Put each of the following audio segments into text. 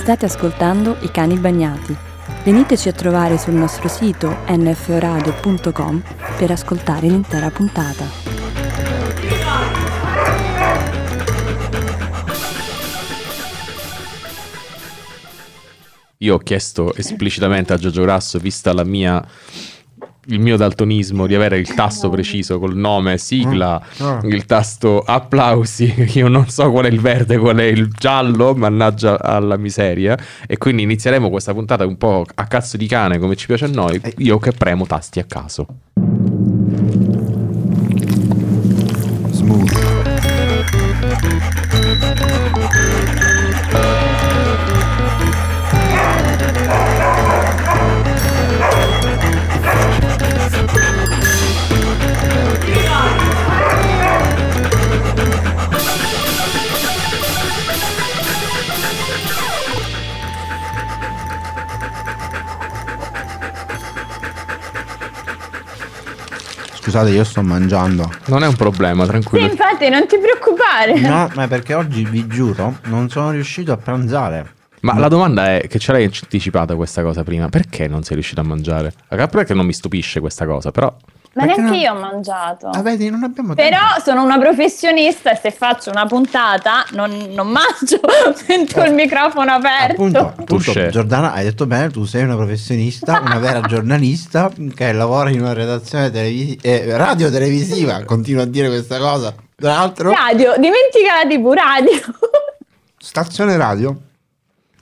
State ascoltando I Cani Bagnati. Veniteci a trovare sul nostro sito nforadio.com per ascoltare l'intera puntata. Io ho chiesto esplicitamente a Giorgio Grasso, vista la mia il mio daltonismo di avere il tasto preciso col nome, sigla, Ah. il tasto applausi. Io non so qual è il verde, qual è il giallo, mannaggia alla miseria. E quindi inizieremo questa puntata un po' a cazzo di cane, come ci piace a noi. Io che premo tasti a caso. Smooth. Scusate, io sto mangiando. Non è un problema, Sì, tranquillo. infatti, non ti preoccupare. No, ma perché oggi vi giuro, non sono riuscito a pranzare. Ma la domanda è che ce l'hai anticipata questa cosa prima. Perché non sei riuscito a mangiare? La capra è che non mi stupisce questa cosa, però... Ma Perché neanche no? io ho mangiato. Ah, vedi, non abbiamo tempo. Però sono una professionista e se faccio una puntata non, non mangio, sento il microfono aperto. Appunto, appunto, Touché. Giordana, hai detto bene, tu sei una professionista, una vera giornalista che lavora in una redazione televisi- eh, radio televisiva, continua a dire questa cosa. Tra l'altro, Radio, dimentica la TV, radio. stazione radio.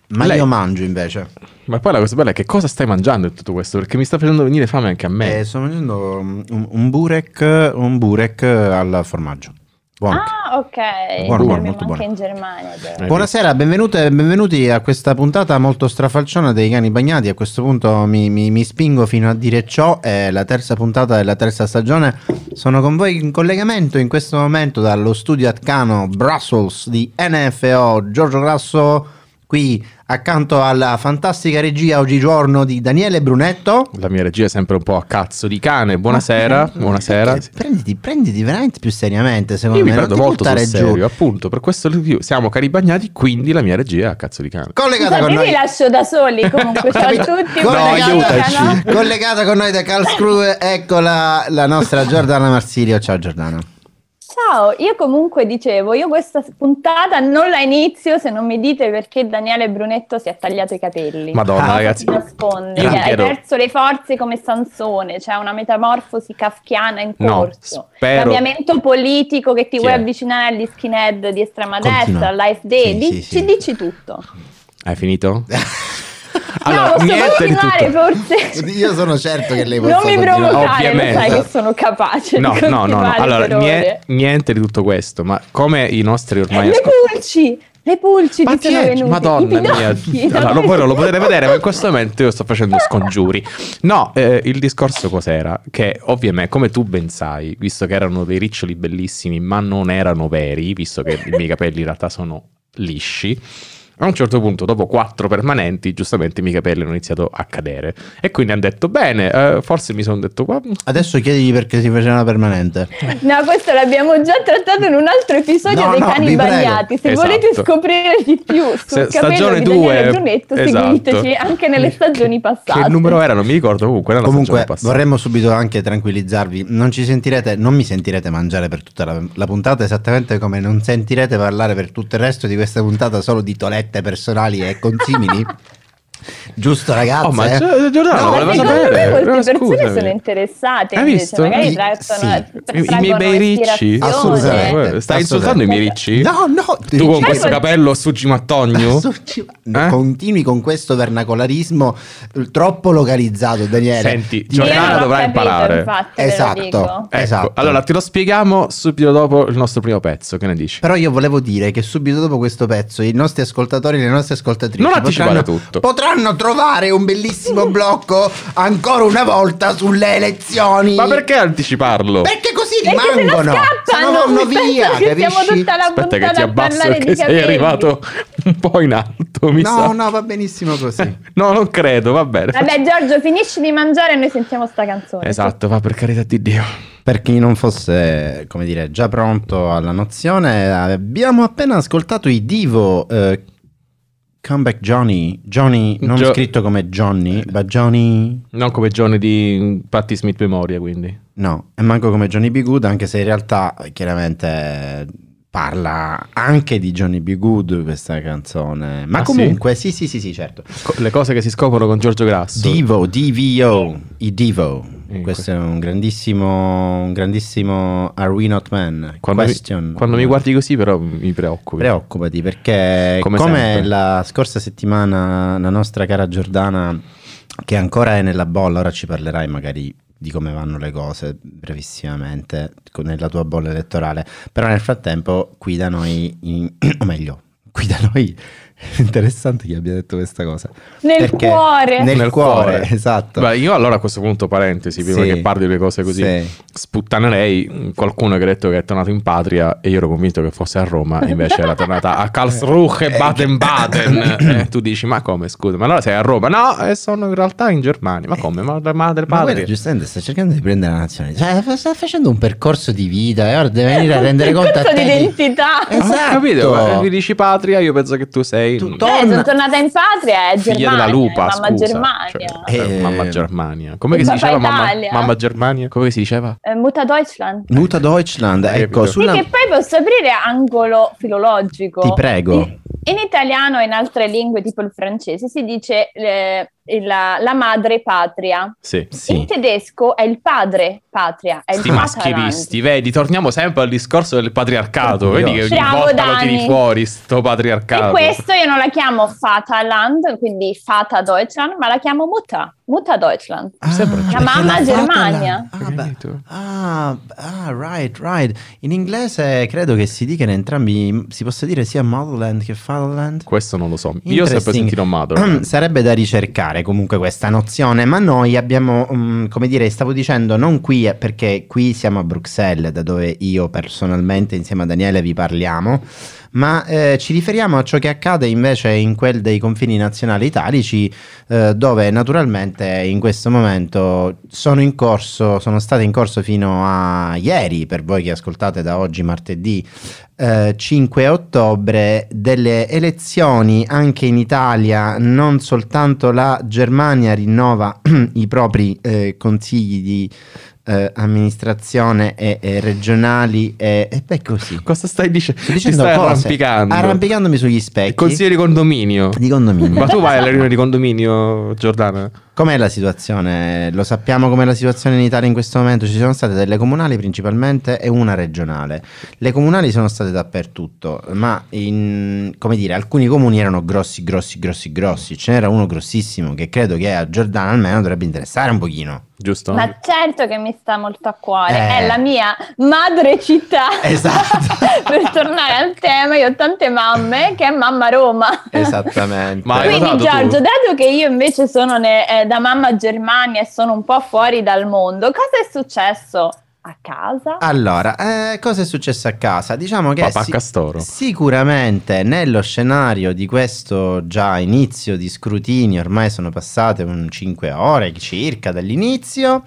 Ma Lei- io mangio invece. Ma poi la cosa bella è che cosa stai mangiando in tutto questo? Perché mi sta facendo venire fame anche a me. Eh, sto mangiando um, un, un burek, un burek al formaggio. Buono. ah, ok. Buono, Lo buono, abbiamo molto anche buono. in Germania. però. Eh, Buonasera, benvenute e benvenuti a questa puntata molto strafalciona dei cani bagnati. A questo punto mi, mi- mi spingo fino a dire ciò. È la terza puntata della terza stagione. Sono con voi in collegamento in questo momento dallo studio Atcano Brussels di NFO Giorgio Grasso. Qui accanto alla fantastica regia oggigiorno di Daniele Brunetto. La mia regia è sempre un po' a cazzo di cane. Buonasera, buonasera. Perché? Prenditi, prenditi veramente più seriamente, secondo Io mi me. prendo non ti molto sul buttare giù. serio, appunto, per questo review siamo cari bagnati, quindi la mia regia è a cazzo di cane. Collegata Scusate, con io noi. vi lascio da soli comunque. Ciao a No, tutti. buona aiutaci. giornata. collegata con noi da Karlsruhe, ecco la, la nostra Giordana Marsilio. Ciao Giordana. Ciao, io comunque dicevo, io questa puntata non la inizio se non mi dite perché Daniele Brunetto si è tagliato i capelli. Madonna, Cosa ragazzi. si nasconde, Io Cioè, hai chiedo- perso le forze come Sansone, c'è una metamorfosi kafkiana in No, corso. spero- Cambiamento politico che ti Chi vuoi è? avvicinare agli skinhead di estrema destra, Continua. all'AFD, Sì, di- sì, sì. ci dici tutto. Hai finito? no, posso niente di continuare tutto. forse. Io sono certo che lei possa non mi continuare. provocare, lo sai Ovviamente. che sono capace No, di no, no, no. continuare Allora, per ore. nie- niente di tutto questo, ma come i nostri ormai le ascol- Eh, pulci, le pulci Ma ti chi sono è? venute. Madonna i mia, pidocchi. allora, lo, voi non lo potete vedere, ma in questo momento io sto facendo scongiuri. No, eh, il discorso cos'era? Che ovviamente, come tu ben sai, visto che erano dei riccioli bellissimi, ma non erano veri, visto che i miei capelli in realtà sono lisci. A un certo punto, dopo quattro permanenti, giustamente i miei capelli hanno iniziato a cadere. E quindi hanno detto: Bene, eh, forse mi sono detto: "Guarda, Adesso chiedigli perché si faceva una permanente. No, questo l'abbiamo già trattato in un altro episodio No, dei no, cani vi prego. bagnati. Se Esatto. volete scoprire di più sul Se- capello stagione di Daniele due, Brunetto, esatto. seguiteci anche nelle stagioni passate. Che numero era? Non mi ricordo. Comunque, era la Comunque stagione passata. vorremmo subito anche tranquillizzarvi, non ci sentirete, non mi sentirete mangiare per tutta la, la puntata, esattamente come non sentirete parlare per tutto il resto di questa puntata solo di tolette personali e consimili. Giusto ragazzi? Oh, ma Gio- Giordano, No, No, ma volevo secondo sapere, me molte però persone scusami. sono interessate Hai invece, visto? magari I- trattano sì. tra- I, i miei bei traggono ricci? ispirazione. Assolutamente. Stai insultando i miei ricci? No, Tu no, con Certo. questo capello suggimattogno? Assolutamente. No, Eh? Continui con questo vernacolarismo eh, troppo localizzato, Daniele. Senti, Io non Giordana ho Cioè, dovrà capito, imparare. infatti, ve lo Esatto, dico. Ecco, esatto. Allora te lo spieghiamo subito dopo il nostro primo pezzo. Che ne dici? Però io volevo dire che subito dopo questo pezzo i nostri ascoltatori e le nostre ascoltatrici Non anticipare potranno, tutto. potranno trovare un bellissimo blocco ancora una volta sulle elezioni. Ma perché anticiparlo? Perché così Perché se lo rimangono. scappano, Sono vanno penso via, che siamo capisci? tutta la Aspetta che puntata ti a abbasso parlare di perché sei capelli. arrivato un po' in alto, mi sa. No, no, va benissimo così. No, non credo, va bene. Vabbè Giorgio, finisci di mangiare e noi sentiamo sta canzone. Esatto, va per carità di Dio. Per chi non fosse, come dire, già pronto alla nozione, abbiamo appena ascoltato i Divo eh, Comeback Johnny. Johnny, non Gio- scritto come Johnny, Eh. ma Johnny... Non come Johnny di Patti Smith Memoria, quindi. No, e manco come Johnny B. Good, anche se in realtà eh, chiaramente eh, parla anche di Johnny B. Good questa canzone. Ma Ah, sì? comunque, sì? sì, sì, sì, certo. Co- le cose che si scoprono con Giorgio Grasso. Divo, DVO, i Divo. Eh, Questo è un grandissimo, un grandissimo Are We Not Men? quando, Question. mi, quando mi guardi così, però mi preoccupi. Preoccupati perché Come come, sempre. la scorsa settimana la nostra cara Giordana che ancora è nella bolla, ora ci parlerai magari di come vanno le cose brevissimamente con- nella tua bolla elettorale, però nel frattempo qui da noi, in- o meglio, qui da noi è interessante che abbia detto questa cosa. Nel Perché- cuore. Eh, Nel, Nel cuore, cuore. esatto. Beh, io allora a questo punto, parentesi, prima Sì. che parli le cose così, Sì. sputtanerei mm, qualcuno che ha detto che è tornato in patria e io ero convinto che fosse a Roma e invece era tornata a Karlsruhe e Baden-Baden. Eh, tu dici, ma come, scusa, ma allora sei a Roma? No, eh, sono in realtà in Germania. Ma come, ma la madre Ma guarda, patria? giustamente sta cercando di prendere la nazione. Cioè, fa- sta facendo un percorso di vita e ora deve venire a rendere conto a Percorso te. di di- identità. Eh, Ah, Esatto. capito? Ma Mi dici patria, io penso che tu sei... mm, Tu to- Beh, donna. sono tornata in patria, è Figlia Germania, della lupa, mamma scusa. Germania. Cioè, Eh, mamma Germania. Come che si Papà diceva mamma, Italia. mamma Germania? Come che si diceva? Eh, Muta Deutschland. Muta Deutschland, Hai ecco, capito? sulla... E che poi posso aprire angolo filologico. Ti prego. In, in italiano e in altre lingue, tipo il francese, si dice eh, la, la madre patria. Sì. Sì. In tedesco è il padre patria, è il Sti Vaterland. maschilisti, vedi, torniamo sempre al discorso del patriarcato. Vedi che ogni Bravo, volta lo Dani. tiri fuori, sto E patriarcato. questo io non la chiamo Vaterland, quindi Fata Deutschland, ma la chiamo Muta, Muta Deutschland. Ah, Sembra- perché La mamma l'ha Germania. fatta la- Ah, Capito? beh. ah, ah, right, right. In inglese credo che si dica in entrambi, si possa dire sia motherland che fatherland. Questo non lo so. Io ho sempre Interesting. sentito Mother. Sarebbe da ricercare comunque questa nozione, ma noi abbiamo, mm, come dire, stavo dicendo, non qui eh, perché qui siamo a Bruxelles, da dove io personalmente insieme a Daniele vi parliamo, ma eh, ci riferiamo a ciò che accade invece in quel dei confini nazionali italici, eh, dove naturalmente in questo momento sono in corso, sono state in corso fino a ieri, per voi che ascoltate da oggi martedì, eh, 5 ottobre delle elezioni anche in Italia, non soltanto la Germania rinnova i propri eh, consigli di eh, amministrazione e, e regionali e, e beh così. Cosa stai dicendo? Sto Ti dicendo stai cose. arrampicando. Arrampicandomi sugli specchi Consigliere di condominio. di condominio. Ma tu vai alla riunione di condominio, Giordana? Com'è la situazione? Lo sappiamo com'è la situazione in Italia in questo momento? Ci sono state delle comunali principalmente e una regionale. Le comunali sono state dappertutto, ma in- come dire, alcuni comuni erano grossi, grossi, grossi, grossi. Ce n'era uno grossissimo che credo che a Giordano almeno dovrebbe interessare un pochino. Giusto? Ma certo che mi sta molto a cuore, Eh. è la mia madre città. Esatto. per tornare al tema, io ho tante mamme, che è mamma Roma. Esattamente. Ma- Esatto. Hai Quindi notato Giorgio, tu? dato che io invece sono ne- eh, da mamma Germania e sono un po' fuori dal mondo, cosa è successo a casa? Allora, eh, cosa è successo a casa? Diciamo che Papà si- Castoro. Sicuramente nello scenario di questo già inizio di scrutini, ormai sono passate un 5 ore circa dall'inizio,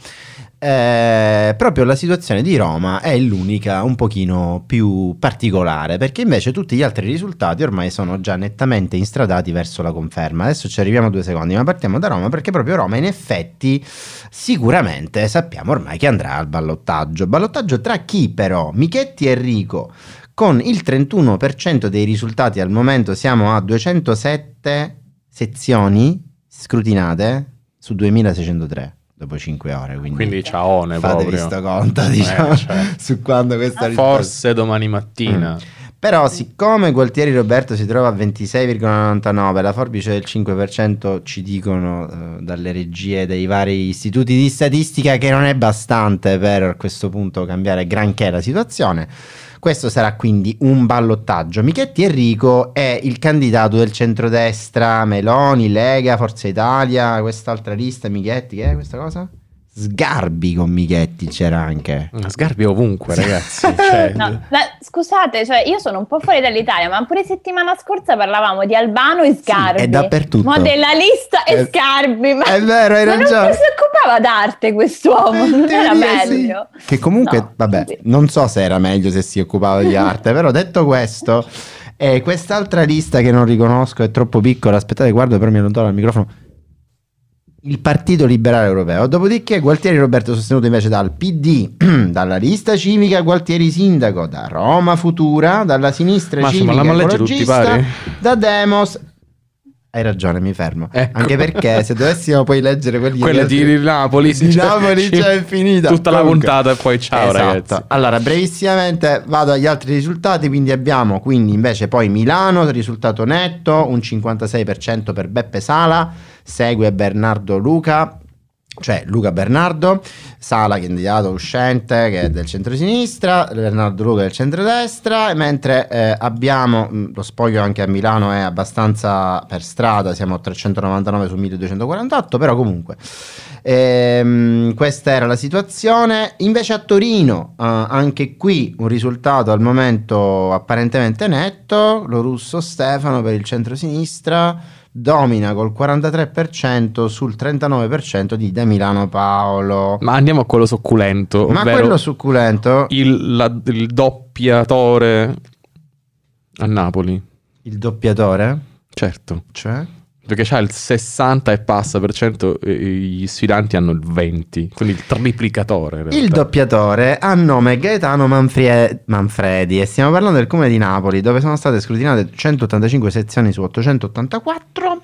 eh, proprio la situazione di Roma è l'unica un pochino più particolare, perché invece tutti gli altri risultati ormai sono già nettamente instradati verso la conferma. Adesso ci arriviamo due secondi, ma partiamo da Roma perché proprio Roma in effetti sicuramente sappiamo ormai che andrà al ballottaggio. Ballottaggio tra chi però? Michetti e Enrico con il 31% dei risultati al momento siamo a 207 sezioni scrutinate su 2603 dopo 5 ore quindi, Quindi ciaone fatevi proprio. sto conto Eh, diciamo, cioè, su quando questa risposta Forse domani mattina. però siccome Gualtieri Roberto si trova a 26,99, la forbice del 5% ci dicono eh, dalle regie dei vari istituti di statistica che non è bastante per a questo punto cambiare granché la situazione. Questo sarà quindi un ballottaggio. Michetti Enrico è il candidato del centrodestra, Meloni, Lega, Forza Italia, quest'altra lista, Michetti, che è questa cosa? Sgarbi con Michetti c'era anche. Sgarbi ovunque, Sì. ragazzi. Cioè, No, ma scusate, cioè io sono un po' fuori dall'Italia, ma pure settimana scorsa parlavamo di Albano e Scarbi. è dappertutto. Ma della lista e Eh, Scarbi, ma, È vero, hai ma non si ragione. occupava d'arte quest'uomo, In non era teoria sì. meglio. Che comunque, No, vabbè, sì. non so se era meglio se si occupava di arte, però detto questo, E quest'altra lista che non riconosco è troppo piccola, aspettate, guardo però mi allontano dal microfono. Il Partito Liberale Europeo. Dopodiché Gualtieri Roberto sostenuto invece dal PD, dalla lista civica Gualtieri Sindaco, da Roma Futura, dalla sinistra Massimo, civica l'hanno letti tutti, ecologista, pari? da Demos. Hai ragione, mi fermo. Ecco. Anche perché se dovessimo poi leggere quelli Quella degli di altri- Napoli, cioè, di Napoli c'è infinita. Tutta la Comunque. puntata e poi ciao Esatto. ragazzi. Allora, brevissimamente vado agli altri risultati. Quindi abbiamo quindi invece poi Milano, risultato netto, un 56% per Beppe Sala, segue Bernardo Luca. Cioè Luca Bernardo, Sala che è candidato uscente che è del centrosinistra, Bernardo Luca del centrodestra, mentre eh, abbiamo mh, lo spoglio anche a Milano è abbastanza per strada, siamo a 399 su 1248, però comunque Ehm, questa era la situazione. Invece a Torino, eh, anche qui un risultato al momento apparentemente netto. Lo russo Stefano per il centro-sinistra domina col 43% sul 39% di Da Milano Paolo. Ma andiamo a quello succulento, Ma ovvero quello succulento, il, la- il doppiatore a Napoli. il doppiatore, Certo, cioè perché c'ha il 60 e passa per cento, e gli sfidanti hanno il 20, quindi il triplicatore. in realtà. il doppiatore ha nome Gaetano Manfrie- Manfredi e stiamo parlando del comune di Napoli dove sono state scrutinate 185 sezioni su 884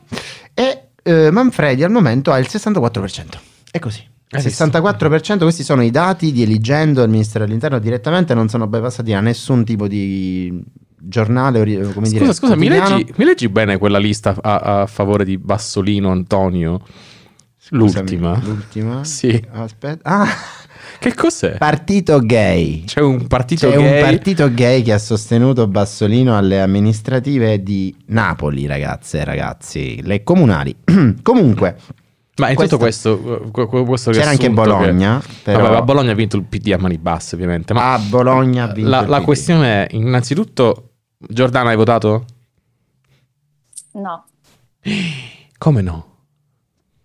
e eh, Manfredi al momento ha il 64%. È così. Hai visto? 64%, questi sono i dati di eligendo il ministero dell'interno direttamente, non sono bypassati a nessun tipo di giornale o ri- o come dire. Scusa, scusa, mi quotidiano. leggi, mi leggi bene quella lista a, a favore di Bassolino Antonio? Scusami, L'ultima. L'ultima? Sì. Aspetta. Ah, Che cos'è? partito gay. C'è un partito C'è gay. un partito gay che ha sostenuto Bassolino alle amministrative di Napoli, ragazze e ragazzi, le comunali. Comunque, Ma in tutto questo- questo, eh, que- que- questo c'era anche riassunto che- Bologna, però Vabbè, ma Bologna ha vinto il PD a mani basse, ovviamente. Ma a Bologna ha vinto la, il la PD. questione è, innanzitutto, Giordana hai votato? No, Come no?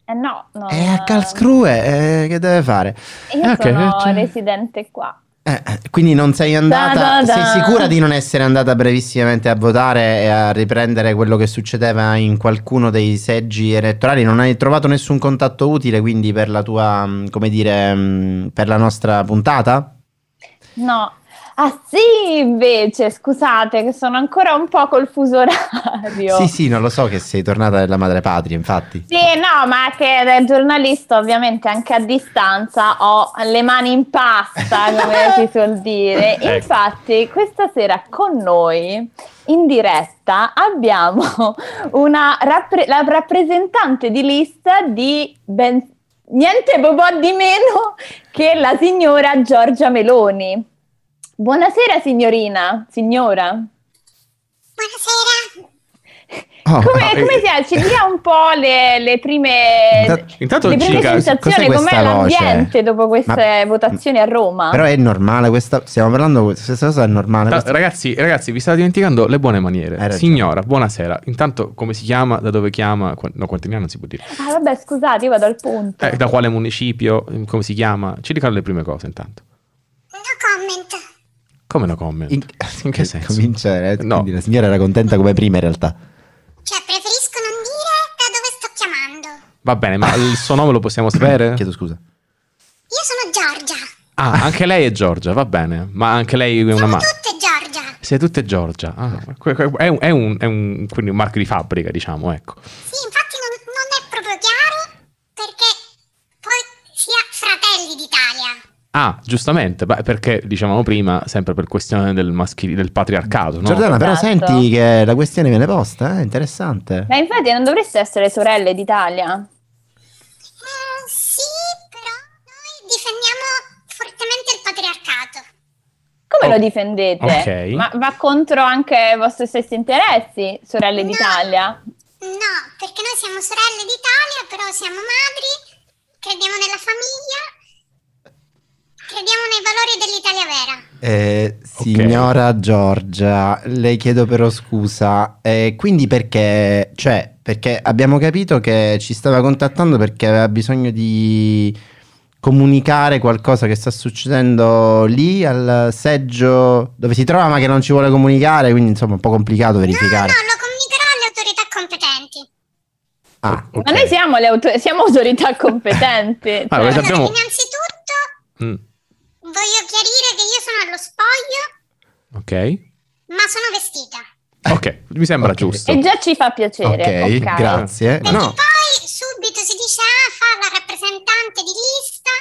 eh no, no. È a Calscrue, eh, che deve fare? Io Eh, ok, sono cioè- residente qua. Eh, eh, quindi non sei andata, Da, da, da. sei sicura di non essere andata brevissimamente a votare e a riprendere quello che succedeva in qualcuno dei seggi elettorali? Non hai trovato nessun contatto utile quindi per la tua, mh, come dire, mh, per la nostra puntata? No. Ah sì, invece, scusate che sono ancora un po' col fuso orario. Sì, sì, non lo so che sei tornata della madre patria, infatti. Sì, no, ma che da giornalista ovviamente anche a distanza ho le mani in pasta, come si suol dire. Ecco. Infatti, questa sera con noi in diretta abbiamo una rappre- la rappresentante di lista di ben- niente bobò di meno che la signora Giorgia Meloni. Buonasera signorina, signora. Buonasera. Oh, Come, ah, come eh, si è? Ci dia un po' le, le prime... Inta- Intanto Le ci prime ca- cos'è sensazioni, com'è questa voce? l'ambiente dopo queste Ma- votazioni a Roma? Però è normale questa, stiamo parlando, questa cosa è normale. Ta- questa- ragazzi, ragazzi, vi state dimenticando le buone Hai maniere. ragione. Signora, buonasera. Intanto, come si chiama? Da dove chiama? Qua- No, quanti anni ha? non si può dire. Ah, vabbè, scusate, io vado al punto. Eh, da quale municipio? Come si chiama? Ci dicono le prime cose, intanto. No comment. Come no comment? In, In che senso? Cominciare, No. quindi la signora era contenta come prima in realtà. Cioè, preferisco non dire da dove sto chiamando. Va bene, ma il suo nome lo possiamo sapere? Chiedo scusa. Io sono Giorgia. Ah, anche lei è Giorgia, va bene. Ma anche lei è una Siamo marca. tutte Giorgia. Siete tutte Giorgia. Ah, que- que- è, un, è un- è un- quindi un marchio di fabbrica, diciamo, ecco. Sì, infatti non, non è proprio chiaro perché poi sia Fratelli d'Italia. Ah, giustamente, beh, perché dicevamo prima, sempre per questione del, maschili- del patriarcato, no? Giordana, però Esatto. senti che la questione viene posta, è interessante. Ma infatti non dovreste essere sorelle d'Italia? Eh, sì, però noi difendiamo fortemente il patriarcato. Come Oh, lo difendete? ok. Ma va contro anche i vostri stessi interessi, sorelle d'Italia? No, perché noi siamo sorelle d'Italia, però siamo madri, crediamo nella famiglia, crediamo nei valori dell'Italia vera. Eh, signora Giorgia, le chiedo però scusa. Eh, quindi perché? Cioè, perché abbiamo capito che ci stava contattando perché aveva bisogno di comunicare qualcosa che sta succedendo lì al seggio dove si trova ma che non ci vuole comunicare, quindi insomma è un po' complicato No, verificare. no, lo comunicherò alle autorità competenti. Ah, Ok. Ma noi siamo, le auto- siamo autorità competenti. Ah, Cosa Allora, cioè, abbiamo- innanzitutto Mm, voglio chiarire che io sono allo spoglio, ok. ma sono vestita. Eh, Ok, mi sembra Ok. giusto. e già ci fa piacere. ok, ok. grazie. Perché No, poi subito si dice, ah, fa la rappresentante di lista,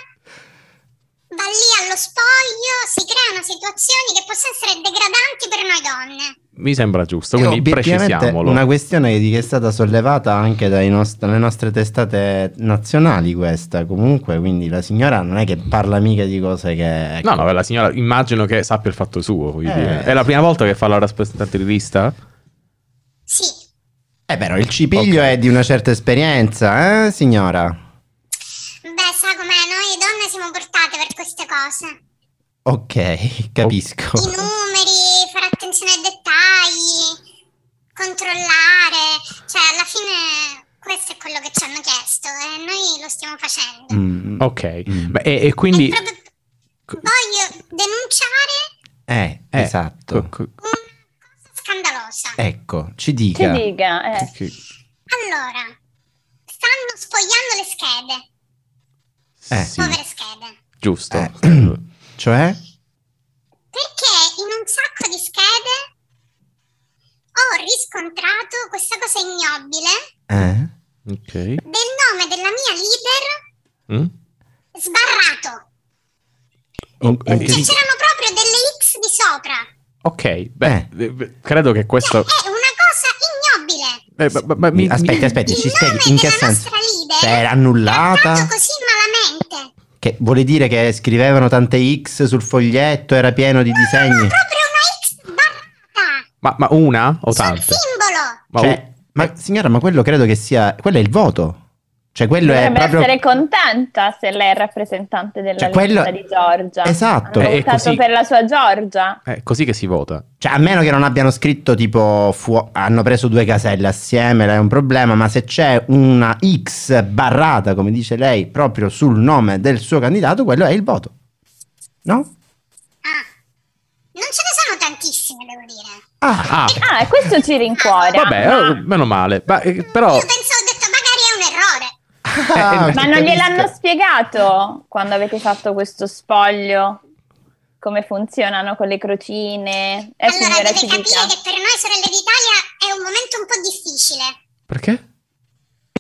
va lì allo spoglio, si creano situazioni che possono essere degradanti per noi donne. Mi sembra giusto, è Esatto, quindi Eh, obiettivamente precisiamolo. una questione di- che è stata sollevata anche dai nos- dalle nostre testate nazionali questa comunque, quindi la signora non è che parla mica di cose che... No, no, la signora immagino che sappia il fatto suo. voglio Eh. dire. È la prima volta che fa la rappresentante di lista? Sì, Eh però il cipiglio Ok. è di una certa esperienza, eh signora? beh, sa com'è, noi donne siamo portate per queste cose. Ok, capisco. I numeri, fare attenzione ai dettagli, controllare, cioè alla fine questo è quello che ci hanno chiesto e noi lo stiamo facendo. Mm, Ok. Mm. Beh, e, e E quindi... proprio voglio denunciare Eh, eh, esatto. co- co- una cosa scandalosa. Eh. Ecco, ci Ci dica. dica, eh. che- che- Allora, stanno sfogliando le schede, Eh, sì, povere schede, giusto. Eh. Cioè? perché in un sacco di schede ho riscontrato questa cosa ignobile Eh? ok. del nome della mia leader Mm? sbarrato. In- Ok. in che- Cioè c'erano proprio delle X di sopra. Ok, beh, eh, credo che Cioè, questo... è una cosa ignobile. eh, ma- ma- ma mi- aspetti, mi- aspetti, Il ci nome spieghi in che della senso? nostra leader Cioè, era Trattato annullata? così malamente. Che vuole dire che scrivevano tante X sul foglietto, era pieno di disegni? Proprio una X sbarrata. Ma, ma una o Sul tante? simbolo. Oh, Ma Cioè, ma signora, ma quello credo che sia... Quello è il voto. Cioè, quello è Dovrebbe proprio... essere contenta se lei è rappresentante della Cioè, lista quello- di Giorgia. Esatto. Hanno Eh, è votato così. per la sua Giorgia. È eh, così che si vota. Cioè, a meno che non abbiano scritto tipo fuo- hanno preso due caselle assieme, là è un problema, ma se c'è una X barrata, come dice lei, proprio sul nome del suo candidato, quello è il voto. No? Ah, non ce ne sono tantissime, devo dire. Ah, Ah, Ah, e questo ci rincuora. vabbè, oh, ma... eh, meno male. Ma, eh, però... Io penso, ho detto, magari è un errore. eh, ma non gliel'hanno spiegato quando avete fatto questo spoglio? Come funzionano con le crocine? Eh, allora, signora, deve ci capire dica. che per noi sorelle d'Italia è un momento un po' difficile. Perché?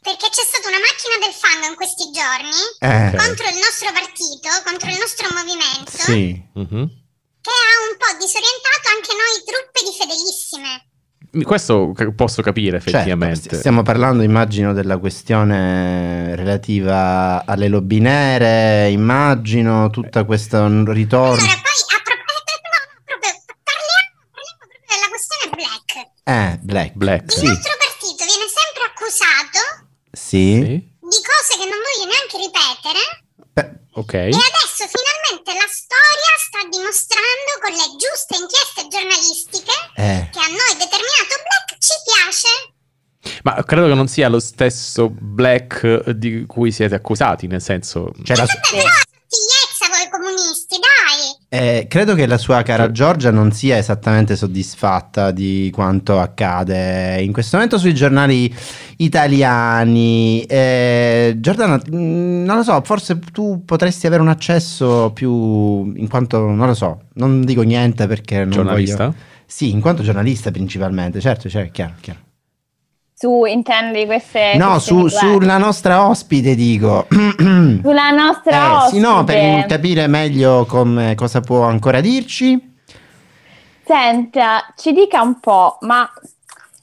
Perché c'è stata una macchina del fango in questi giorni Eh, Ok. contro il nostro partito, contro il nostro movimento, sì. Mhm. che ha un po' disorientato anche noi truppe di fedelissime. Questo c- posso capire Certo, effettivamente. st- stiamo parlando, immagino, della questione relativa alle lobby nere, immagino, tutta questa n- ritorno. Allora, poi a pro- eh, no, no, proprio, parliamo, parliamo proprio della questione black. Eh, Black. Black. Il Sì, nostro partito viene sempre accusato sì. Sì? di cose che non voglio neanche ripetere. Beh, Ok. E adesso finalmente la storia sta dimostrando con le giuste inchieste giornalistiche eh. che a noi determinato black ci piace. Ma credo che non sia lo stesso Black eh, di cui siete accusati, nel senso... Cioè, la- Vabbè, però sottigliezza voi comunisti, dai! Eh, credo che la sua cara Giorgia non sia esattamente soddisfatta di quanto accade in questo momento sui giornali italiani. Eh, Giordana, mh, non lo so, forse tu potresti avere un accesso più in quanto non lo so, non dico niente perché non giornalista? voglio- Sì, in quanto giornalista principalmente, certo, cioè, chiaro, chiaro. Su, intendi queste... No, queste su- riguardi? sulla nostra ospite dico. Sulla nostra Eh, sì, no, per ospite. capire meglio come- cosa può ancora dirci. Senta, ci dica un po', ma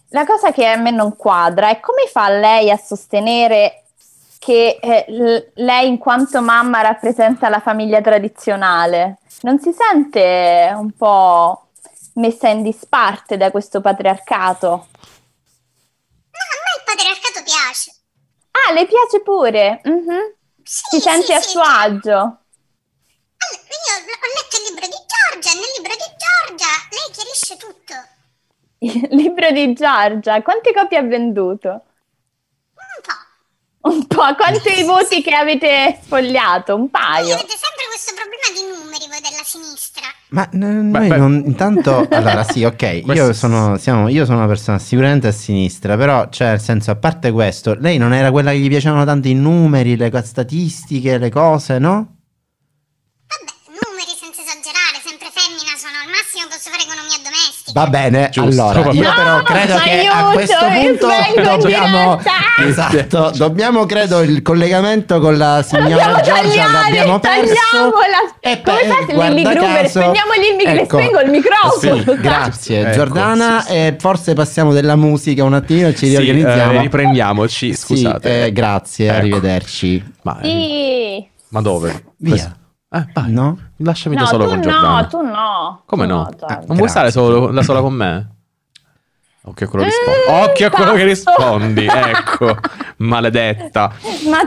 la cosa che a me non quadra è come fa lei a sostenere che eh, l- lei in quanto mamma rappresenta la famiglia tradizionale? Non si sente un po' messa in disparte da questo patriarcato? No, a me il patriarcato piace. Ah, le piace pure? Mhm. Sì, Si sente sì, a sì. suo agio? Allora, Eh, io ho letto il libro di Giorgia, e nel libro di Giorgia lei chiarisce tutto. Un Il libro di Giorgia, quante copie ha venduto? po'. Un po', quanti voti che avete sfogliato? Un Voi paio. avete sempre questo problema di numeri voi della sinistra. Ma n- Beh, noi beh. non- intanto, allora sì, ok, Questo- io sono, siamo- io sono una persona sicuramente a sinistra, però, cioè, nel senso, a parte questo, lei non era quella che gli piacevano tanto i numeri, le co- statistiche, le cose, no? Vabbè, numeri senza esagerare, sempre femmina sono, al massimo posso fare economia domestica. Va bene, Giusto, allora, va io bene. però No, credo che a aiuto, questo mi punto svengo in dobbiamo... diretta! Esatto, dobbiamo credo il collegamento con la signora Dobbiamo Giorgia tagliare, l'abbiamo perso. tagliamola. E Come beh, fa se guarda Lilly Gruber? caso- Spegniamogli il mic- le Ecco, spengo il microfono, sì, dai. grazie Ecco, Giordana sì, sì. e forse passiamo della musica un attimo e ci Sì, riorganizziamo. eh, riprendiamoci, Sì, scusate. eh, grazie, Ecco. arrivederci. Ma, Sì. ma dove? Via. Questo- Eh, vai. No? Lasciami No, da solo tu con Giordana. no, tu no. Come Tu no? Giorgio. Ah, non vuoi stare solo, da sola con me? Occhio a quello che rispondi. Mm, Occhio a quello che esatto. rispondi, ecco. Maledetta. Ma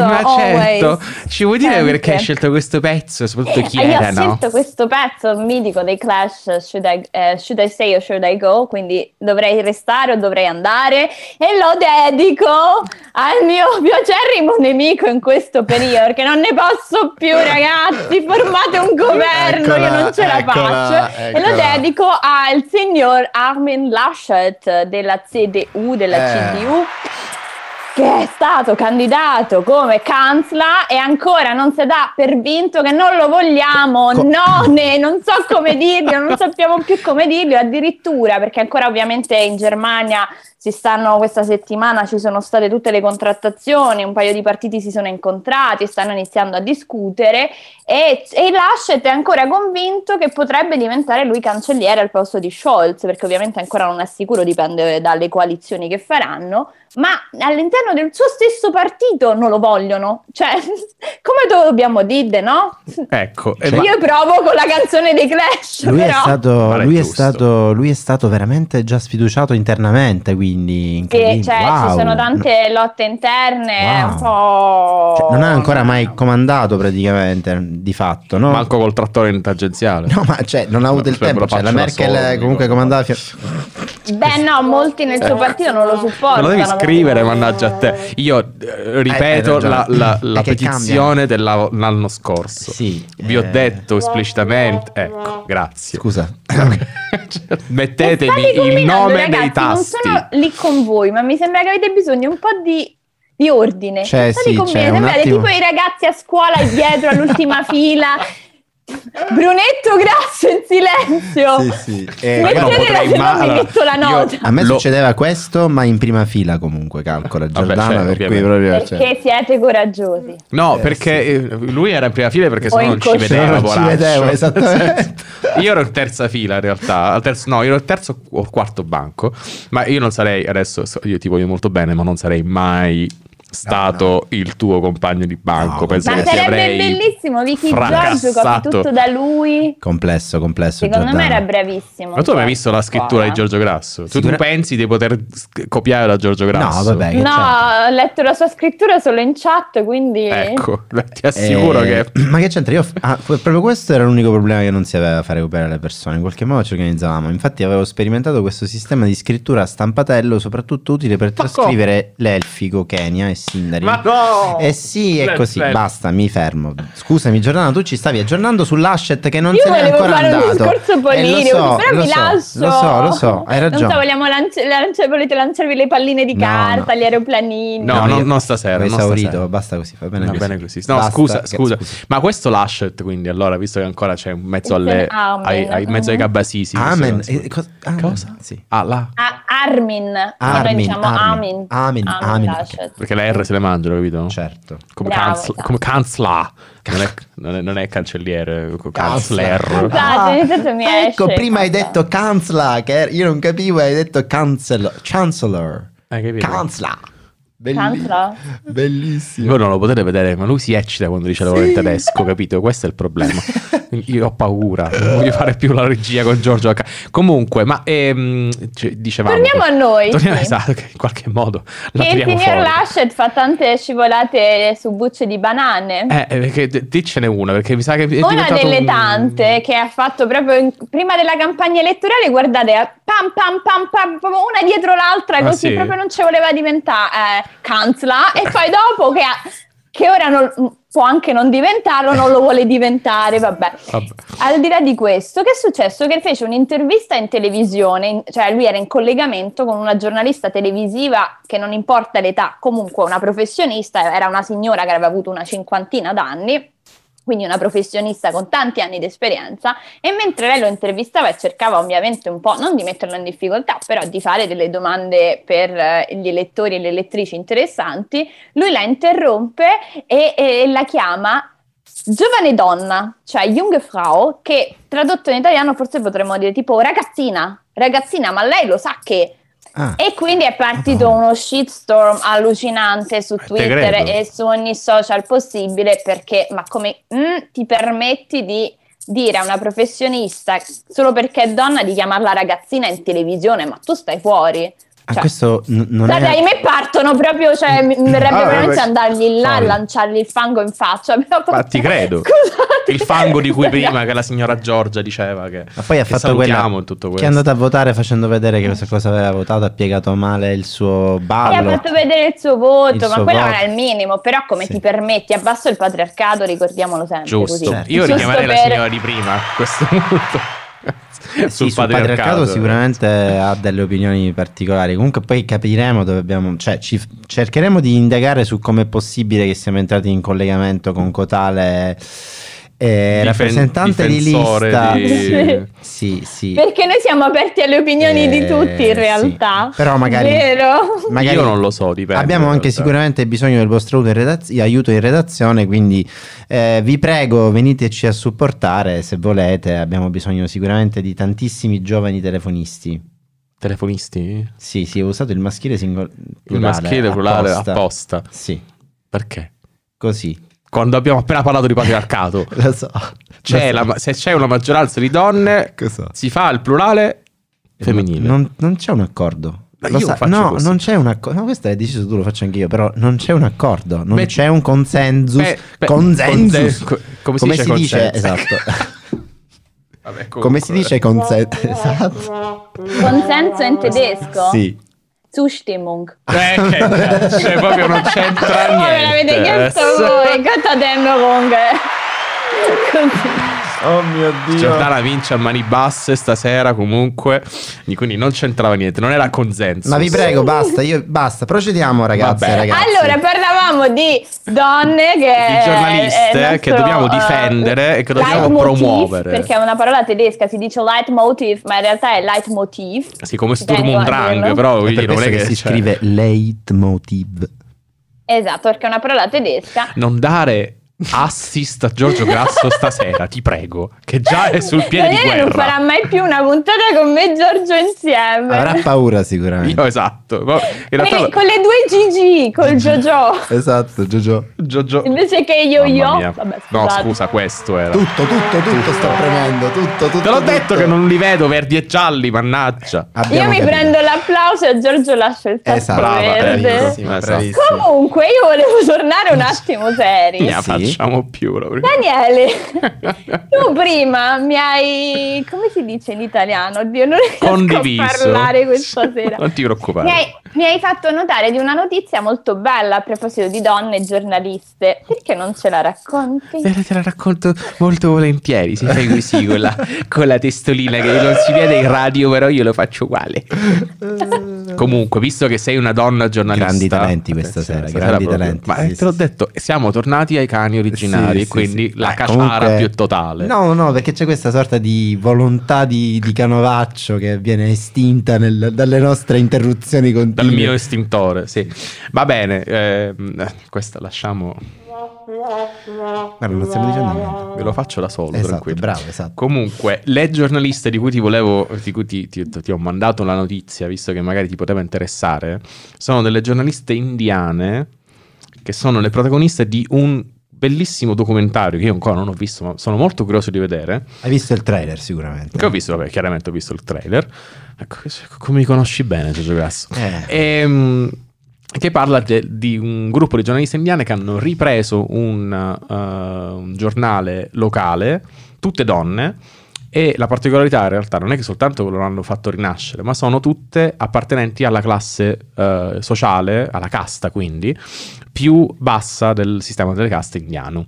Ma certo. always. Ci vuoi dire Sempre. perché hai scelto questo pezzo e soprattutto chi Eh, io era, ho no? scelto questo pezzo mitico dei Clash, eh, should I, eh, Should I Stay or Should I Go, quindi dovrei restare o dovrei andare, e lo dedico al mio piacerrimo nemico in questo periodo, perché non ne posso più ragazzi, formate un governo, Eccola, io non ce la eccola, faccio, e lo eccola. dedico al signor Armin Laschet della CDU, della Eh. CDU, che è stato candidato come Kanzler e ancora non si dà per vinto che non lo vogliamo, Co- no, ne- non so come dirlo, non sappiamo più come dirlo, addirittura perché ancora ovviamente in Germania si stanno questa settimana ci sono state tutte le contrattazioni, un paio di partiti si sono incontrati, stanno iniziando a discutere e, e Laschet è ancora convinto che potrebbe diventare lui cancelliere al posto di Scholz, perché ovviamente ancora non è sicuro, dipende dalle coalizioni che faranno ma all'interno del suo stesso partito non lo vogliono. Cioè, come do- dobbiamo dirle, no? Ecco. eh, Cioè, ma- Io provo con la canzone dei Clash, Lui, è però. stato, Ma è lui, è giusto. stato, lui è stato veramente già sfiduciato internamente, quindi... Sì, incredibile. cioè, ci Wow. sono tante lotte interne, è Eh, un Wow. po'... Cioè, non ha ancora mai comandato praticamente, di fatto, no? Manco col trattore in tangenziale. No, ma cioè, non ha avuto No, il cioè, tempo. me lo Cioè, la faccio da Merkel solo, comunque dico. comandava... fino- Beh, no, molti nel suo partito non lo Me supportano. Eh. lo devi scrivere, mannaggia a te. Io eh, ripeto hai ragione. la, la- la È che petizione dell'anno scorso. Sì. Vi ho eh, detto esplicitamente. Ecco, grazie. Scusa. Cioè, E state Mettetemi il combinando, nome ragazzi, dei Non tasti. sono lì con voi, ma mi sembra che avete bisogno un po' di, di ordine. Cioè, State sì, con me, cioè, un sembrate attimo. tipo i ragazzi a scuola dietro all'ultima fila. Brunetto, grasso in silenzio. Sì, sì. Eh, Ma io non Mettete guarda, potrei la- ma- non mi allora, metto la io- nota. a me Lo- succedeva questo, ma in prima fila comunque, calcola Vabbè, Giordana, certo, per cui ovviamente. proprio... cioè- Perché siete coraggiosi. No, Eh, perché eh, lui era in prima fila perché O sennò non ci incosciente. vedeva. Non ci poraccio. vedevo, Nel senso, esattamente. Io ero in terza fila in realtà. al terzo- no, io ero il terzo o quarto banco. Ma io non sarei adesso. so- Io ti voglio molto bene, ma non sarei mai stato il tuo compagno di banco. No, Penso Sì, Ma che ti sarebbe avrei bellissimo, Vicky Giorgio, copi fracassato. tutto da lui. Complesso, complesso. Secondo me Giordana. era bravissimo. Ma tu hai mai Cioè, visto la scrittura scuola. di Giorgio Grasso? Tu, tu Sicura- pensi di poter sc- copiare da Giorgio Grasso? No, vabbè. che c'è? No, ho letto la sua scrittura solo in chat, quindi... Ecco, ti assicuro Eh, che. Ma che c'entra? Io, ah, fu- proprio questo era l'unico problema che non si aveva a fare recuperare le persone. In qualche modo ci organizzavamo. Infatti, avevo sperimentato questo sistema di scrittura a stampatello, soprattutto utile per Ma co- trascrivere l'elfico Kenya e Sindarin. Ma no! Eh sì, è Beh, così. beh. Basta, mi fermo. Scusami, Giordana, tu ci stavi aggiornando sull'asset che non Io se n'è volevo ancora fare andato. un discorso Eh, politico, lo so, però lo mi so, lascio. Lo so, lo so, hai ragione. Non so, vogliamo lance- lance- volete lanciarvi le palline di No, carta, no. gli aeroplanini. No, non- non stasera, Ho non esaurito, stasera. basta così, va bene Va così. bene così. No, Basta, scusa, che- scusa. Ma questo Lashet, quindi, allora, visto che ancora c'è un mezzo alle, Ah, amen. ai, ai- mezzo ai gabasisi. Amen. questo Eh, canzone. cos- amen. Cosa? Sì. Ah, là. A- Armin, ma noi Armin, diciamo Armin. Ah, Amin, Amin. Amin, ok. Laschet. Perché la R se le mangiano, capito? Certo. Come, Bravo, canz- esatto. come canzla. Non è, non è- non è cancelliere, Kanzler. canzler. Esatto, ogni tanto mi ecco, esce, prima hai guarda. detto Kanzler, che io non capivo, hai detto cancel- Chancellor. Hai capito? Kanzler. Belli- Chancellor. Bellissimo. Voi non lo potete vedere, ma lui si eccita quando dice la parola in Sì. tedesco, capito? Questo è il problema. Io ho paura, non voglio fare più la regia con Giorgio. H. Comunque, ma ehm, cioè, dicevamo. Torniamo a noi. Torniamo, sì. esatto, che in qualche modo la Che il tiriamo signor fuori. Laschet fa tante scivolate su bucce di banane. Eh, eh, perché d- diccene una, perché mi sa che è Una diventato delle un- tante che ha fatto proprio in- prima della campagna elettorale, eh, guardate, pam pam pam pam, proprio una dietro l'altra, Ah, così sì? proprio non ci voleva diventare. eh. canzla e poi dopo che, ha- che ora non- può anche non diventarlo, non lo vuole diventare, vabbè. Vabbè. Al di là di questo, che è successo? Che fece un'intervista in televisione, in- cioè lui era in collegamento con una giornalista televisiva che non importa l'età, comunque una professionista, era una signora che aveva avuto una cinquantina d'anni, quindi una professionista con tanti anni di esperienza, e mentre lei lo intervistava e cercava ovviamente un po' non di metterlo in difficoltà, però di fare delle domande per eh, gli elettori e le elettrici interessanti, lui la interrompe e, e- e la chiama giovane donna, cioè junge Frau, che tradotto in italiano forse potremmo dire tipo ragazzina, ragazzina, ma lei lo sa che... Ah. E quindi è partito Madonna. uno shitstorm allucinante su te Twitter credo. e su ogni social possibile perché, ma come mm, ti permetti di dire a una professionista solo perché è donna di chiamarla ragazzina in televisione? Ma tu stai fuori. Ah, Cioè- questo n- non Guarda, è... a me partono proprio, cioè, mi mi verrebbe Ah, veramente vabbè. andargli là e Sorry. lanciargli il fango in faccia. Però- Ma ti credo. Scusate. Il fango di cui prima che la signora Giorgia diceva che, Ma poi ha che fatto salutiamo quella in tutto che è questo. andata a votare facendo vedere che questa cosa aveva votato, ha piegato male il suo E ha ballo. fatto vedere il suo voto, Il ma suo quello voto. era il minimo, però come Sì. ti permetti, abbasso il patriarcato, ricordiamolo sempre. Giusto. così. Certo. Io Giusto richiamerei la per- signora di prima a questo punto. Sì, sul patriarcato, sicuramente ha delle opinioni particolari. Comunque poi capiremo dove abbiamo, cioè ci f- cercheremo di indagare su come è possibile che siamo entrati in collegamento con cotale eh, Difen- rappresentante di difensore lista. di- Sì. Sì, sì. Perché noi siamo aperti alle opinioni di Eh, tutti sì. in realtà. Però magari- Vero? Magari Io non lo so, dipende. Cioè, Abbiamo in anche realtà. sicuramente bisogno del vostro aiuto in redaz- aiuto in redazione, quindi eh, vi prego veniteci a supportare se volete, abbiamo bisogno sicuramente di tantissimi giovani telefonisti. Telefonisti? Sì, sì, ho usato il maschile singolo. Il maschile plurale apposta. Sì, Perché? così. Quando abbiamo appena parlato di patriarcato, Lo so. c'è Lo Ah, Cioè, la so. ma- se c'è una maggioranza di donne, Che so. si fa il plurale femminile. Non, non c'è un accordo. Ma Lo io sa- faccio no, così. non c'è un accordo. No, questo è deciso tu, lo faccio anch'io. Però non c'è un accordo. Non Beh, c'è un consensus. beh, beh, consensus. consen- co- come si dice dice? consensus? Esatto. Vabbè, comunque. eh. come si dice consensus? Esatto. Consenso in tedesco? Sì. Zustimmung. Eh, che cazzo, cioè, proprio non c'entra Voi me niente. l'avete chiesto voi, Gottademno Wong. Oh mio Giordana vince a mani basse stasera comunque, quindi non c'entrava niente, non era consenso. Ma vi prego, basta. Io, basta. Procediamo, ragazze. Vabbè. ragazzi. Allora, parlavamo di donne che... Di giornaliste è il nostro, che dobbiamo eh, difendere e che dobbiamo leitmotiv, promuovere. Perché è una parola tedesca, si dice leitmotiv, ma in realtà è leitmotiv. Sì, come Ci tengo Sturm und a Drang, dirlo. però voglio È per dire, non questo è che, che, si cioè, scrive leitmotiv. Esatto, perché è una parola tedesca. Non dare assist a Giorgio Grasso stasera, ti prego, che già è sul piede di Daniele non farà guerra. mai più una puntata con me e Giorgio insieme. Avrà paura sicuramente. Io, esatto. Ma In realtà, Perché con le due GG, col JoJo. Esatto, Giorgio. Giorgio... Invece che io Mamma io. mia. Vabbè, No, scusate. scusa, questo era. Tutto, tutto, tutto sto premendo, tutto, tutto. Te l'ho detto tutto. che non li vedo verdi e gialli, mannaggia. Abbiamo Io mi capito. prendo l'applauso e Giorgio lascia il tasto Esatto, Brava, verde. bravissima, Esatto. bravissima. Comunque, io volevo tornare un attimo seri. Ne la Sì. facciamo più. la- Daniele, tu prima mi hai. come si dice in italiano? Oddio, non riesco Condiviso. a parlare questa sera. Non ti preoccupare. Mi hai, mi hai fatto notare di una notizia molto bella a proposito di donne giornaliste. Perché non ce la racconti? Te la racconto molto volentieri. Se fai così con la, con la testolina che non si vede in radio, però io lo faccio uguale. Comunque, visto che sei una donna giornalista, Grandi talenti questa Attenzione, sera, stasera grandi Eh, proprio. talenti, Ma sì, eh, te l'ho sì, detto, siamo tornati ai cani originari, Sì, sì, quindi sì. la Eh, caciara comunque- più totale. No, no, perché c'è questa sorta di volontà di, di canovaccio che viene estinta nel- dalle nostre interruzioni continue. Dal mio estintore, sì. Va bene, ehm, eh, questa lasciamo, Guarda, non stiamo dicendo niente. ve lo faccio da solo, Esatto, tranquillo. bravo, esatto. Comunque, le giornaliste di cui ti volevo, di cui ti, ti- ti ho mandato la notizia, visto che magari ti poteva interessare, sono delle giornaliste indiane che sono le protagoniste di un bellissimo documentario che io ancora non ho visto, ma sono molto curioso di vedere. Hai visto il trailer sicuramente. Che ho visto, vabbè, chiaramente ho visto il trailer. Ecco, come mi conosci bene, Sergio Grasso. Eh. Ehm, che parla de- di un gruppo di giornaliste indiane che hanno ripreso un, eh, un giornale locale, tutte donne, E la particolarità in realtà non è che soltanto lo hanno fatto rinascere, ma sono tutte appartenenti alla classe eh, sociale, alla casta quindi, più bassa del sistema delle caste indiano.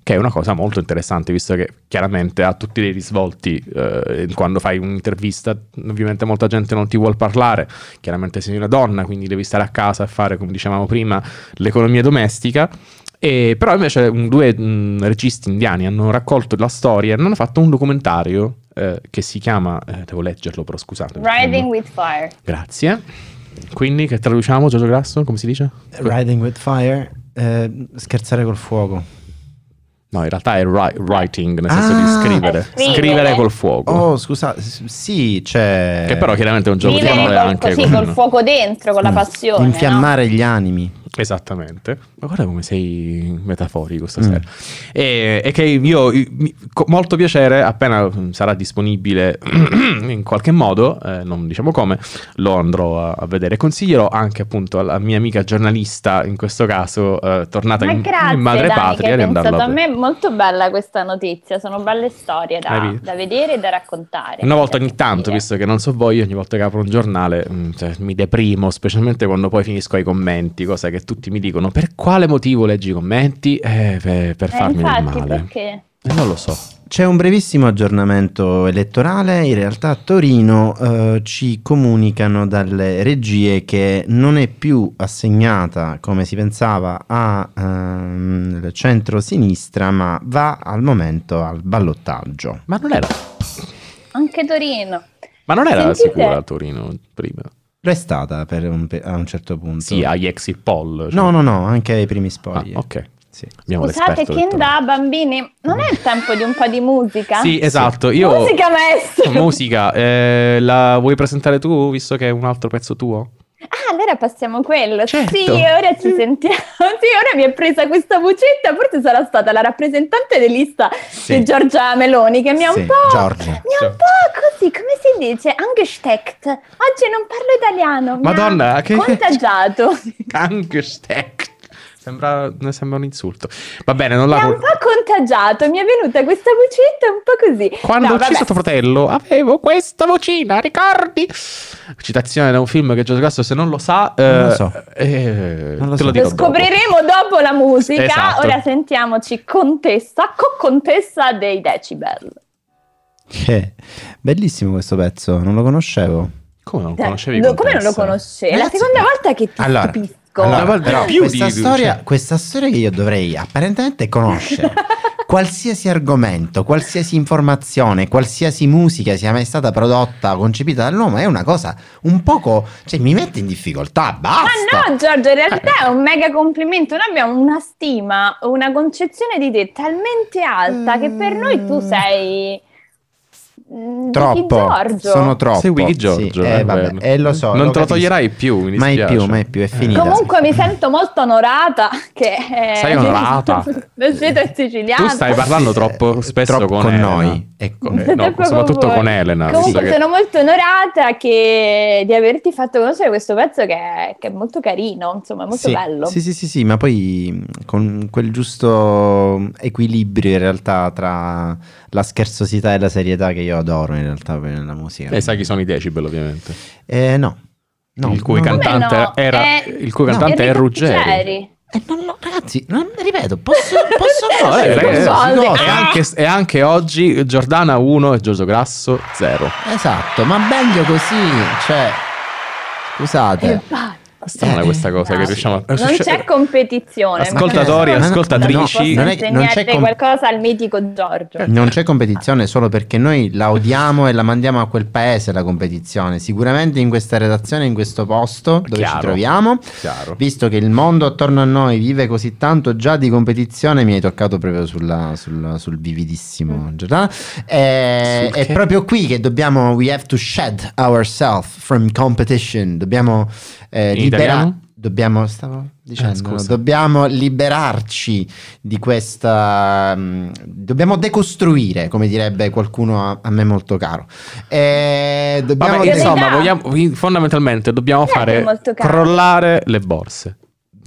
Che è una cosa molto interessante, visto che chiaramente ha tutti dei risvolti. eh, quando fai un'intervista, ovviamente molta gente non ti vuol parlare. Chiaramente sei una donna, quindi devi stare a casa a fare, come dicevamo prima, l'economia domestica. E- però invece mm, due mm, registi indiani hanno raccolto la storia e hanno fatto un documentario eh, che si chiama, eh, devo leggerlo però scusate. perché Riding non- with Fire. Grazie. Quindi che traduciamo Giorgio Grasso, come si dice? Riding with fire, eh, scherzare col fuoco. No, in realtà è ri- writing, nel senso di Ah. scrivere. Scrivere. Scrivere col fuoco. Oh, scusa, s- sì, c'è. Che però chiaramente è un gioco di Vivere parole col- anche così, con- Mm. col fuoco dentro, con la passione. no? Infiammare gli animi. Esattamente. Ma guarda come sei metaforico Mm. stasera. E, e che io io- mi- con molto piacere, appena mm, sarà disponibile in qualche modo, eh, non diciamo come, lo andrò a, a vedere. Consiglierò anche appunto alla mia amica giornalista, in questo caso, eh, tornata Ma in, grazie, in madre Dani, che patria, hai di pensato andarlo a a vedere. me. è Molto bella questa notizia, sono belle storie da, Capito? da vedere e da raccontare. Eh, Una volta da ogni tanto, sentire. visto che non so voi, ogni volta che apro un giornale mm, cioè, mi deprimo, specialmente quando poi finisco ai commenti, cosa che tutti mi dicono per quale motivo leggi i commenti? Eh, per, per Eh, farmi del infatti, male. perché? Eh, Non lo so. C'è un brevissimo aggiornamento elettorale, in realtà a Torino eh, ci comunicano dalle regie che non è più assegnata come si pensava al centro-sinistra ma va al momento al ballottaggio. Ma non era, Anche Torino. ma non era Sentite? sicura a Torino prima? Lo è stata per un pe- a un certo punto. Sì, agli exit poll. cioè. No, no, no, anche ai primi Ah, spogli. ok. Sì. Abbiamo Scusate, l'esperto del che Torino. da bambini, non è il tempo di un po' di musica? Sì, esatto. Io... Musica maestro! Musica, eh, la vuoi presentare tu visto che è un altro pezzo tuo? Ah, allora passiamo a quello. Certo. Sì, ora ci sentiamo. Sì, ora mi è presa questa vocetta, forse sarà stata la rappresentante di lista di Giorgia Meloni che mi ha Sì, un po'... Giorgia. Mi ha un po' così, come si dice? Angesteckt. Oggi non parlo italiano. mi ha Madonna, che- Contagiato. Mi Gangstack. Sembra, sembra un insulto. Va bene, non la... ha un po' contagiato, mi è venuta questa vocetta un po' così. Quando No, ho vabbè. ucciso tuo fratello avevo questa vocina, ricordi? Citazione da un film che Giorgio Grasso se non lo sa, Non lo eh, so. eh, Non lo te so. lo Lo dico Lo dopo. scopriremo dopo la musica. Esatto. Ora sentiamoci contessa, co-contessa dei decibel. Che Eh, bellissimo questo pezzo, non lo conoscevo. Come non Dai, conoscevi Cioè, lo- come non lo Contessa? conoscevi? È la Ragazzi, seconda volta che ti allora, stupisco. allora, Una volta però, in più questa, di- di- storia, cioè- questa storia che io dovrei apparentemente conoscere. qualsiasi argomento, qualsiasi informazione, qualsiasi musica sia mai stata prodotta o concepita dall'uomo è una cosa un poco... cioè mi mette in difficoltà, basta. Eh. Ma no, Giorgio, in realtà è un mega complimento. Noi abbiamo una stima, una concezione di te talmente alta che Mm. per noi tu sei. mm, Ricky Troppo, Giorgio. sono troppo. Sei Wiki Giorgio. Sì, eh, eh, vabbè, bello. eh, lo so. Non lo te lo capisco. toglierai più, mi Mai dispiace. più, mai più, è finita. Comunque mi sento molto onorata che Sei onorata. Non siete siciliano. Tu stai parlando Sì, troppo eh, spesso troppo con, con Elena. noi, ecco. Eh, no, Sempre soprattutto voi. con Elena. visto Comunque che- sono molto onorata che- di averti fatto conoscere questo pezzo che è, che è molto carino, insomma, è molto sì, bello. Sì, sì, sì, sì, ma poi mh, con quel giusto equilibrio in realtà tra la scherzosità e la serietà che io adoro in realtà poi nella musica. E Eh, sai chi sono i decibel, ovviamente. Eh, no. No, il cui no, no. cantante Come no? era Eh, il cui no. cantante è Enrico Ruggeri. Eh, non lo- ragazzi, non- ripeto, posso, posso No, eh, conoscere ragazzi, queste soldi. cose. e, anche, e anche oggi Giordana 1 e Giorgio Grasso 0. Esatto, ma meglio così, cioè E scusate. basta. Strana Eh, questa cosa no. che riusciamo a... Eh, Non c'è competizione. Ascoltatori, Ma- ascoltatrici. Non Non è- posso non c'è insegnare com- qualcosa al mitico Giorgio. Non c'è competizione solo perché noi la odiamo e la mandiamo a quel paese la competizione. Sicuramente in questa redazione, in questo posto dove Chiaro. ci troviamo, Chiaro. Visto che il mondo attorno a noi vive così tanto già di competizione, mi hai toccato proprio sulla- sulla- sul vividissimo. Giordano. Eh, Mm. Sul è che? proprio qui che dobbiamo. We have to shed ourselves from competition. Dobbiamo eh, In liberare. italiano? Ah, Dobbiamo, stavo dicendo, scusa. dobbiamo liberarci di questa. mh, dobbiamo decostruire, come direbbe qualcuno a, a me molto caro. Eh, dobbiamo Vabbè, dire- insomma, Verità. vogliamo- fondamentalmente dobbiamo Niente fare molto caro. crollare le borse.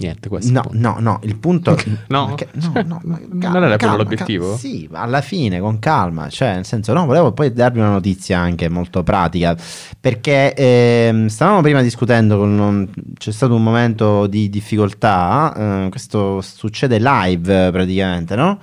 Niente, questo. No, no, no, il punto... No? ma che- no, no, ma Non calma, era quello calma, l'obiettivo? calma. Sì, ma alla fine, con calma, cioè, nel senso, no, volevo poi darvi una notizia anche molto pratica, perché ehm, stavamo prima discutendo, con un- c'è stato un momento di difficoltà, eh, questo succede live eh, praticamente, no?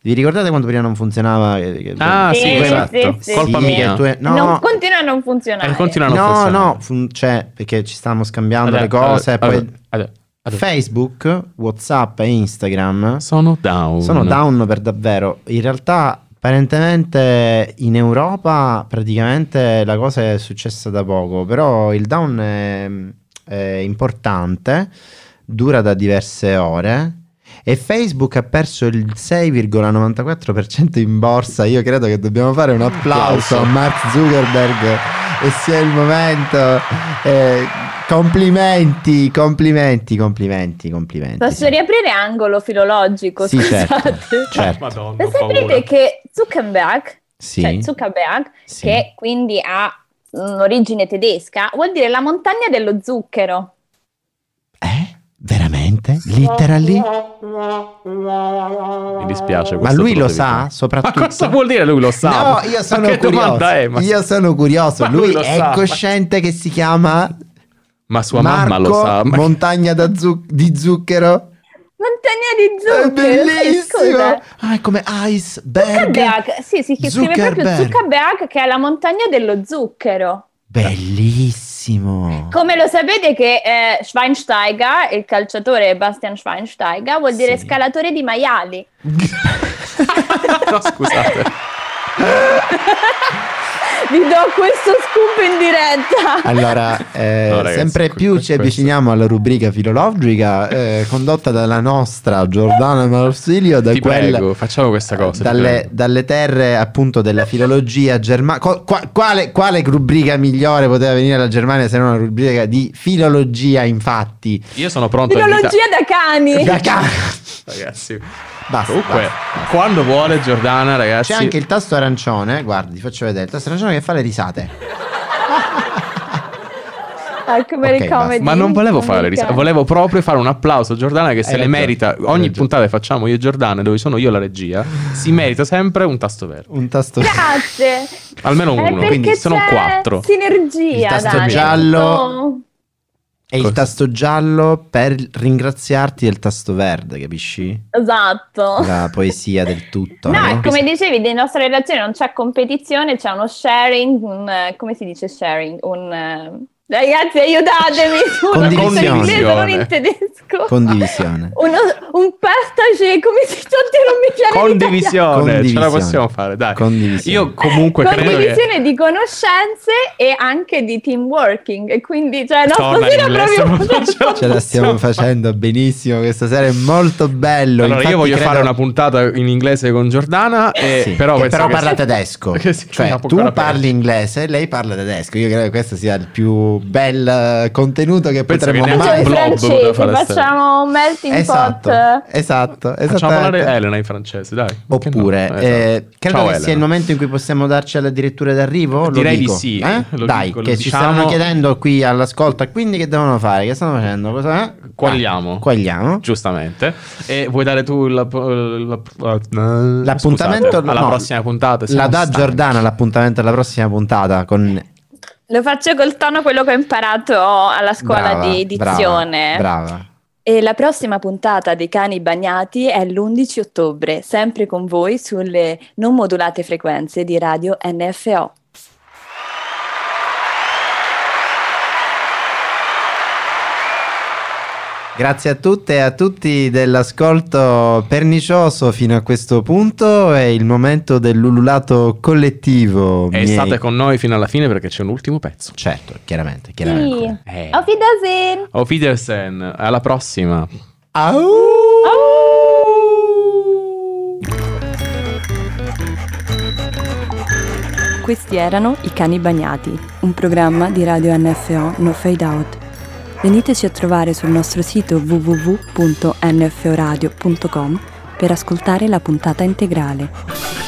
Vi ricordate quando prima non funzionava? eh, che- Ah, Sì, sì, sì, esatto. sì, Colpa sì, mia. che tu- no, Non continua a non funzionare. Eh, continua a non no, funzionare. no, fun- cioè, perché ci stavamo scambiando Vabbè, le cose, vabbè, poi vabbè, vabbè, vabbè. Facebook, WhatsApp e Instagram Sono down. sono down per davvero. In realtà, apparentemente in Europa praticamente la cosa è successa da poco, però il down è, è importante, dura da diverse ore. E Facebook ha perso il 6,94% in borsa. Io credo che dobbiamo fare un applauso a Mark Zuckerberg. E sia il momento. Eh, complimenti, complimenti, complimenti, complimenti. Posso sì. riaprire angolo filologico? Sì, scusate. certo, certo. Madonna, Ma ho paura. Sapete che Zuckerberg, Sì. cioè Zuckerberg, Sì. che quindi ha un'origine tedesca, vuol dire la montagna dello zucchero. Eh? Veramente? Literally? Mi dispiace. Ma questo lui te lo devi sa, dire. soprattutto. Ma cosa vuol dire lui lo sa? No, io sono ma che curioso. domanda è? Ma, Io sono curioso. Ma Lui, lui lo è sa, ma- cosciente che si chiama ma sua Marco mamma lo sa. Ma... Montagna da zu- di zucchero. Montagna È di zucchero. sì, bellissimo. scusa. Ah, è come iceberg. Zuckerberg, sì, si scrive proprio Zuckerberg. Zuckerberg che è la montagna dello zucchero. Bellissimo. Come lo sapete che eh, Schweinsteiger, il calciatore Bastian Schweinsteiger, vuol dire Sì. scalatore di maiali. no, scusate. Vi do questo scoop in diretta. Allora, eh, No, ragazzi, sempre que- più que- ci questo- avviciniamo alla rubrica filologica eh, condotta dalla nostra Giordana Marsilio, da Ti quella, prego, facciamo questa cosa. ti dalle, prego. dalle terre appunto della filologia germanica. Quale, quale rubrica migliore poteva venire alla Germania se non una rubrica di filologia, infatti? Io sono pronto a invitare- Filologia da cani. Da ca- Ragazzi, basta, comunque, Ah, basta. quando vuole Giordana, ragazzi. C'è anche il tasto arancione, guarda, ti faccio vedere, il tasto arancione che fa le risate. Ah, come Ok, le comedy Ma non volevo fare le risate, americane. volevo proprio fare un applauso a Giordana che se Hai le ragione, merita. hai Ogni ragione. puntata che facciamo io e Giordana, dove sono io la regia, si merita sempre un tasto verde. Un tasto Grazie. Almeno Eh, uno, perché quindi sono c'è quattro. Sinergia. Il tasto dai, giallo. sono- E il Cosa? tasto giallo per ringraziarti del tasto verde, capisci? Esatto. La poesia del tutto. No, no? e come dicevi, nelle nostre relazioni non c'è competizione, c'è uno sharing, un, eh, come si dice sharing? Un, eh, ragazzi, aiutatemi! scusa, non so in Condivisione. inglese, non in tedesco. Condivisione. Uno, un partage, come si dice? Oddio, non mi viene l'italiano. Condivisione, ce la Condivisione. possiamo fare, dai. Condivisione. Io comunque credo che Condivisione di conoscenze e anche di team working. E quindi, cioè, no, Torna stasera l'inglese, proprio... non ce la Ce la stiamo facendo benissimo questa sera, è molto bello. Allora, Infatti io voglio credo- fare una puntata in inglese con Giordana, e- Sì, però, che penso che- parla tedesco. Che sì, cioè, una tu puntata parli inglese, lei parla tedesco. Io credo che questo sia il più bel eh, contenuto che Penso potremmo che neanche mai Facciamo i un blog francesi, poteva fare Cioè, facciamo un melting Esatto, pot. esatto, Facciamo esattamente. parlare eh, Elena in francese, dai. Perché no? Oppure, Esatto. eh, credo Ciao, che Elena. sia il momento in cui possiamo darci alla direttura d'arrivo. Lo Direi di dico, sì, eh? lo Dai, dico, lo che ci diciamo. stanno chiedendo qui all'ascolto. Quindi, che devono fare? Che stanno facendo? Cosa è? Quagliamo. Ah, Quagliamo. Giustamente. E vuoi dare tu la- la- la- L'appuntamento ah, scusate, alla no, prossima puntata? siamo La dà stanchi. Giordana l'appuntamento alla prossima puntata con Lo faccio col tono quello che ho imparato alla scuola Brava, di brava, edizione. Brava. E la prossima puntata dei Cani Bagnati è l'11 ottobre, sempre con voi sulle non modulate frequenze di Radio NFO. Grazie a tutte e a tutti dell'ascolto pernicioso fino a questo punto. È il momento dell'ululato collettivo. E miei- state con noi fino alla fine perché c'è un ultimo pezzo. Certo, chiaramente, Sì. chiaramente. Eh. Auf Wiedersehen! Auf Wiedersehen, alla prossima. Au! Questi erano I Cani Bagnati, un programma di Radio NFO No Fade Out. Veniteci a trovare sul nostro sito www.nforadio.com per ascoltare la puntata integrale.